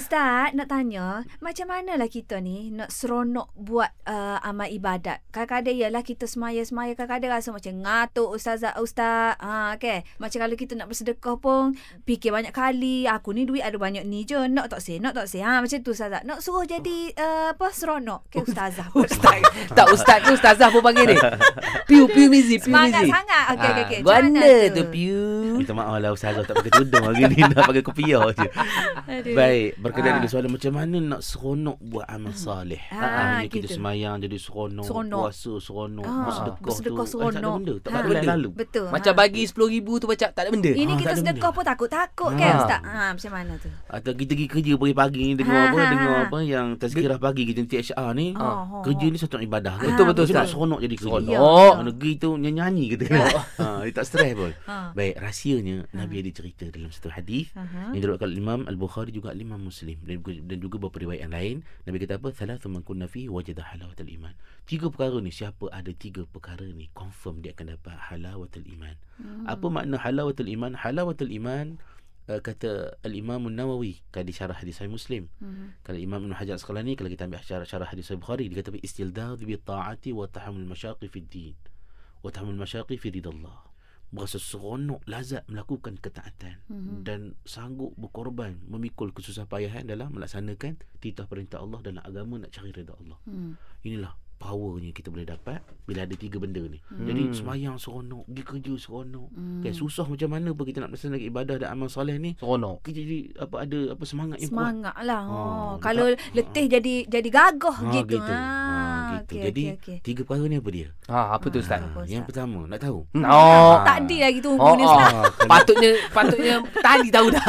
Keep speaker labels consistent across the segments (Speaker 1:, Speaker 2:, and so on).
Speaker 1: Ustaz, nak tanya, macam manalah kita ni nak seronok buat uh, amal ibadat? Kadang-kadang ialah kita semaya-semaya, kadang-kadang rasa macam ngatuk ustazah, ustaz. Ha, okay. Macam kalau kita nak bersedekah pun, fikir banyak kali, aku ni duit ada banyak ni je, nak tak sih, nak tak sih. Ha, macam tu ustazah. Nak suruh jadi uh, apa, seronok ke ustazah.
Speaker 2: Ustaz Tak ustaz ke ustazah pun panggil ni Piu piu mizi piu
Speaker 1: Semangat
Speaker 2: mizi
Speaker 1: sangat. Okey, okey, okey.
Speaker 2: Ah,
Speaker 1: Macam mana
Speaker 2: Guana tu piu
Speaker 3: Minta maaf lah usaha tak pakai tudung hari ni Nak pakai kopiah je
Speaker 1: Aduh.
Speaker 3: Baik Berkenaan
Speaker 2: Ah.
Speaker 3: dengan soalan Macam mana nak seronok Buat amal salih
Speaker 1: Ah,
Speaker 3: ah, Ini kita
Speaker 1: gitu.
Speaker 3: semayang Jadi seronok,
Speaker 1: Seronok.
Speaker 3: Puasa seronok
Speaker 1: Ah,
Speaker 3: Bersedekah
Speaker 1: bersedekah
Speaker 3: tu eh, Tak ada
Speaker 1: seronok.
Speaker 3: benda Tak
Speaker 1: Ah.
Speaker 3: ada benda
Speaker 2: Lalu.
Speaker 1: Betul.
Speaker 2: Macam bagi RM10,000 tu macam tak ada benda
Speaker 1: Ini
Speaker 3: Ah,
Speaker 1: kita
Speaker 3: tak ada
Speaker 1: sedekah
Speaker 3: benda.
Speaker 1: pun takut-takut kan
Speaker 2: Ah.
Speaker 1: ustaz. Ha, macam mana tu?
Speaker 3: Atau kita pergi kerja pagi-pagi ni Dengar
Speaker 1: Ha,
Speaker 3: apa
Speaker 1: ha,
Speaker 3: Dengar
Speaker 1: ha.
Speaker 3: apa Yang tazkirah pagi Kita nanti HR ni Ah,
Speaker 1: Oh, oh,
Speaker 3: Kerja
Speaker 1: oh.
Speaker 3: ni satu ibadah kan?
Speaker 1: Betul, betul,
Speaker 3: Kita nak
Speaker 1: betul.
Speaker 3: seronok jadi kerja
Speaker 1: Ya,
Speaker 2: Seronok.
Speaker 1: betul.
Speaker 3: Negeri tu nyanyi kita kena. Ah, Dia tak stress pun
Speaker 1: Ha.
Speaker 3: Baik rahsianya Nabi ada cerita dalam satu hadis
Speaker 1: Aha.
Speaker 3: Yang diriwayatkan oleh Imam Al-Bukhari juga oleh Imam Muslim dan juga, dan juga beberapa riwayat yang lain. Nabi kata apa? Thalathu man kunna fihi wajada halawatal iman. Tiga perkara ni siapa ada tiga perkara ni confirm dia akan dapat halawatal iman.
Speaker 1: Hmm.
Speaker 3: Apa makna halawatal iman? Halawatul iman uh, kata Al-Imam An-Nawawi kali syarah hadis Sahih Muslim.
Speaker 1: Hmm.
Speaker 3: Kalau Imam Ibn Hajar Asqalani kalau kita ambil syarah, syarah hadis Sahih Bukhari dia kata apa? istildad bi ta'ati wa tahammul masyaqi fid din wa tahammul masyaqi fi ridallah. Berasa seronok lazat melakukan ketaatan
Speaker 1: Mhm.
Speaker 3: dan sanggup berkorban memikul kesusahpayahan dalam melaksanakan titah perintah Allah dalam agama nak cari reda Allah.
Speaker 1: Hmm.
Speaker 3: Inilah powernya kita boleh dapat bila ada tiga benda ni.
Speaker 1: Hmm.
Speaker 3: Jadi semayang seronok, pergi kerja seronok.
Speaker 1: Hmm.
Speaker 3: Okay, susah macam mana pun kita nak melaksanakan ibadah dan amal soleh ni.
Speaker 2: Seronok
Speaker 3: Kita jadi apa ada apa semangat yang kuat.
Speaker 1: Semangat lah.
Speaker 3: Ah,
Speaker 1: Oh,
Speaker 3: dia
Speaker 1: kalau
Speaker 3: tak-
Speaker 1: letih jadi jadi gagah
Speaker 3: Ah,
Speaker 1: Oh, gitu.
Speaker 3: gitu. Ah, gitu.
Speaker 1: okey,
Speaker 3: Jadi,
Speaker 1: okey, okey.
Speaker 3: Tiga perkara ni apa dia?
Speaker 2: ha, Apa tu Ustaz?
Speaker 1: Apa,
Speaker 3: yang
Speaker 1: Ustaz?
Speaker 3: pertama, nak tahu.
Speaker 2: Hmm. No
Speaker 1: Oh, tak ada lagi tu
Speaker 3: Ah,
Speaker 1: oh, ni
Speaker 2: Oh,
Speaker 1: Ustaz.
Speaker 2: oh. Patutnya Patutnya Tadi tahu dah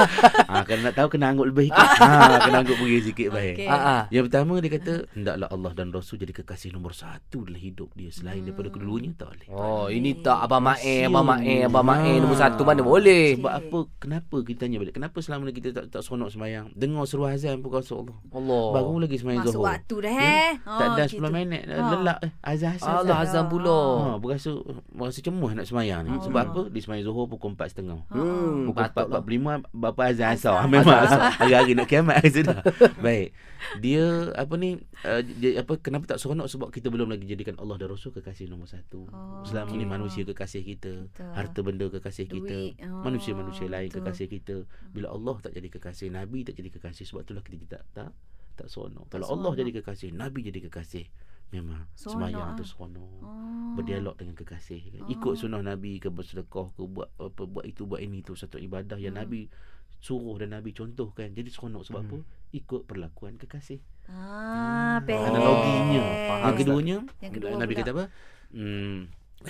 Speaker 3: ha, kalau nak tahu kena angguk lebih sikit. ha, kena angguk beri sikit baik.
Speaker 1: Okey.
Speaker 2: Ah, ah.
Speaker 3: Yang pertama dia kata Hendaklah Allah dan Rasul jadi kekasih nombor satu dalam hidup dia Selain hmm. daripada keduanya tak boleh
Speaker 2: Oh ini tak Abang Mae
Speaker 3: Rahsia.
Speaker 2: Abang Mae Abang Mae
Speaker 3: Ah.
Speaker 2: Nombor satu mana boleh
Speaker 3: Sebab apa Kenapa kita tanya balik Kenapa selama ni kita tak, tak seronok semayang Dengar seruan azan pun kau Allah
Speaker 2: Allah
Speaker 3: Baru lagi semayang
Speaker 1: Masuk
Speaker 3: zuhur
Speaker 1: waktu dah eh.
Speaker 3: Tak
Speaker 1: Oh,
Speaker 3: dah
Speaker 1: gitu.
Speaker 3: 10 minit dah
Speaker 1: Ah.
Speaker 3: Lelak eh, azan azan
Speaker 2: Allah
Speaker 3: azan.
Speaker 2: Azam
Speaker 3: Ha,
Speaker 2: pula
Speaker 3: berasa berasa cemas nak semayang ni.
Speaker 1: Allah.
Speaker 3: Sebab apa? Di semayang Zuhur pukul 4.30.
Speaker 1: Ah, ah.
Speaker 2: Hmm
Speaker 3: Pukul
Speaker 2: Patutlah
Speaker 3: 4.45 Bapa azan asal
Speaker 1: Azan.
Speaker 3: Memang
Speaker 2: Azan.
Speaker 3: asal Hari-hari nak kiamat sudah Baik Dia apa ni uh, dia, apa Kenapa tak seronok Sebab kita belum lagi jadikan Allah dan Rasul Kekasih nombor satu
Speaker 1: Oh.
Speaker 3: Selama ni manusia kekasih kita
Speaker 1: Betul.
Speaker 3: Harta benda kekasih
Speaker 1: Duit.
Speaker 3: kita
Speaker 1: Oh,
Speaker 3: Manusia-manusia lain
Speaker 1: betul. Hmm.
Speaker 3: kekasih kita Bila Allah tak jadi kekasih Nabi tak jadi kekasih Sebab itulah kita tak tak, tak seronok
Speaker 1: Tak
Speaker 3: Kalau Allah
Speaker 1: seronok.
Speaker 3: jadi kekasih Nabi jadi kekasih Memang
Speaker 1: Seronok, ah.
Speaker 3: Semayang tu seronok
Speaker 1: Oh.
Speaker 3: berdialog dengan kekasih
Speaker 1: Oh.
Speaker 3: oh. ikut sunnah nabi ke bersedekah ke buat apa buat itu buat ini tu satu ibadah yang
Speaker 1: Hmm.
Speaker 3: nabi suruh dan nabi contohkan jadi seronok sebab
Speaker 2: Hmm.
Speaker 3: apa ikut perlakuan kekasih
Speaker 1: Ah,
Speaker 2: Hmm.
Speaker 1: best.
Speaker 3: Analoginya.
Speaker 2: Faham,
Speaker 3: yang
Speaker 2: Ustaz.
Speaker 3: keduanya
Speaker 1: Ah, Yang kedua
Speaker 3: nabi
Speaker 1: pula.
Speaker 3: kata apa hmm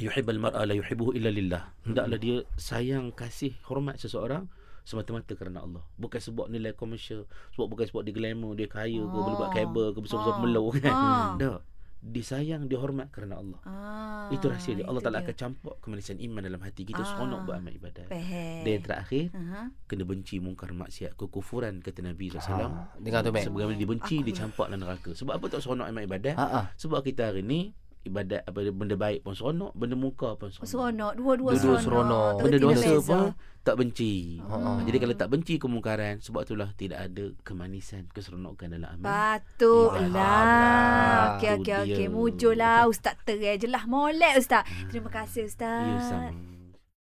Speaker 3: yuhibbal mar'a la yuhibbuhu illa lillah hendaklah dia sayang kasih hormat seseorang semata-mata kerana Allah bukan sebab nilai komersial sebab bukan sebab dia glamour dia kaya ke boleh buat
Speaker 1: Ah.
Speaker 3: kabel ke besar-besar
Speaker 1: Ah.
Speaker 3: pemelau kan
Speaker 1: Ah.
Speaker 3: dah disayang dihormat kerana Allah
Speaker 1: Ah,
Speaker 3: itu rahsia dia. Allah
Speaker 1: itu
Speaker 3: Ta'ala
Speaker 1: dia.
Speaker 3: akan campur kemanisan iman dalam hati kita.
Speaker 1: Ah.
Speaker 3: Seronok beramal ibadat.
Speaker 1: Best.
Speaker 3: Dan yang terakhir,
Speaker 1: Aha.
Speaker 3: kena benci mungkar maksiat. Kekufuran kata Nabi SAW.
Speaker 2: Ah, Dengar tu Mek
Speaker 3: Sebagaimana dibenci,
Speaker 1: Aku-
Speaker 3: dicampak dalam neraka. Sebab apa tak seronok amal ibadat?
Speaker 2: Ha ah.
Speaker 3: Sebab kita hari ni, ibadat apa benda baik pun seronok, benda mungkar pun seronok.
Speaker 1: Seronok. Dua-dua
Speaker 3: Dua-dua
Speaker 1: seronok.
Speaker 2: seronok.
Speaker 1: Tak
Speaker 3: Benda
Speaker 1: kena
Speaker 3: dosa
Speaker 1: beza.
Speaker 3: pun tak benci.
Speaker 2: Ah.
Speaker 3: Jadi kalau tak benci kemungkaran, sebab itulah tidak ada kemanisan, keseronokan dalam amal.
Speaker 1: Patutlah.
Speaker 2: Patutlah.
Speaker 1: lah. Okey okey
Speaker 3: Tu
Speaker 1: okey.
Speaker 3: dia. Hmm.
Speaker 1: Mujurlah ustaz terai je lah. Molek ustaz. lah. Terima kasih ustaz.
Speaker 3: Ya, sama.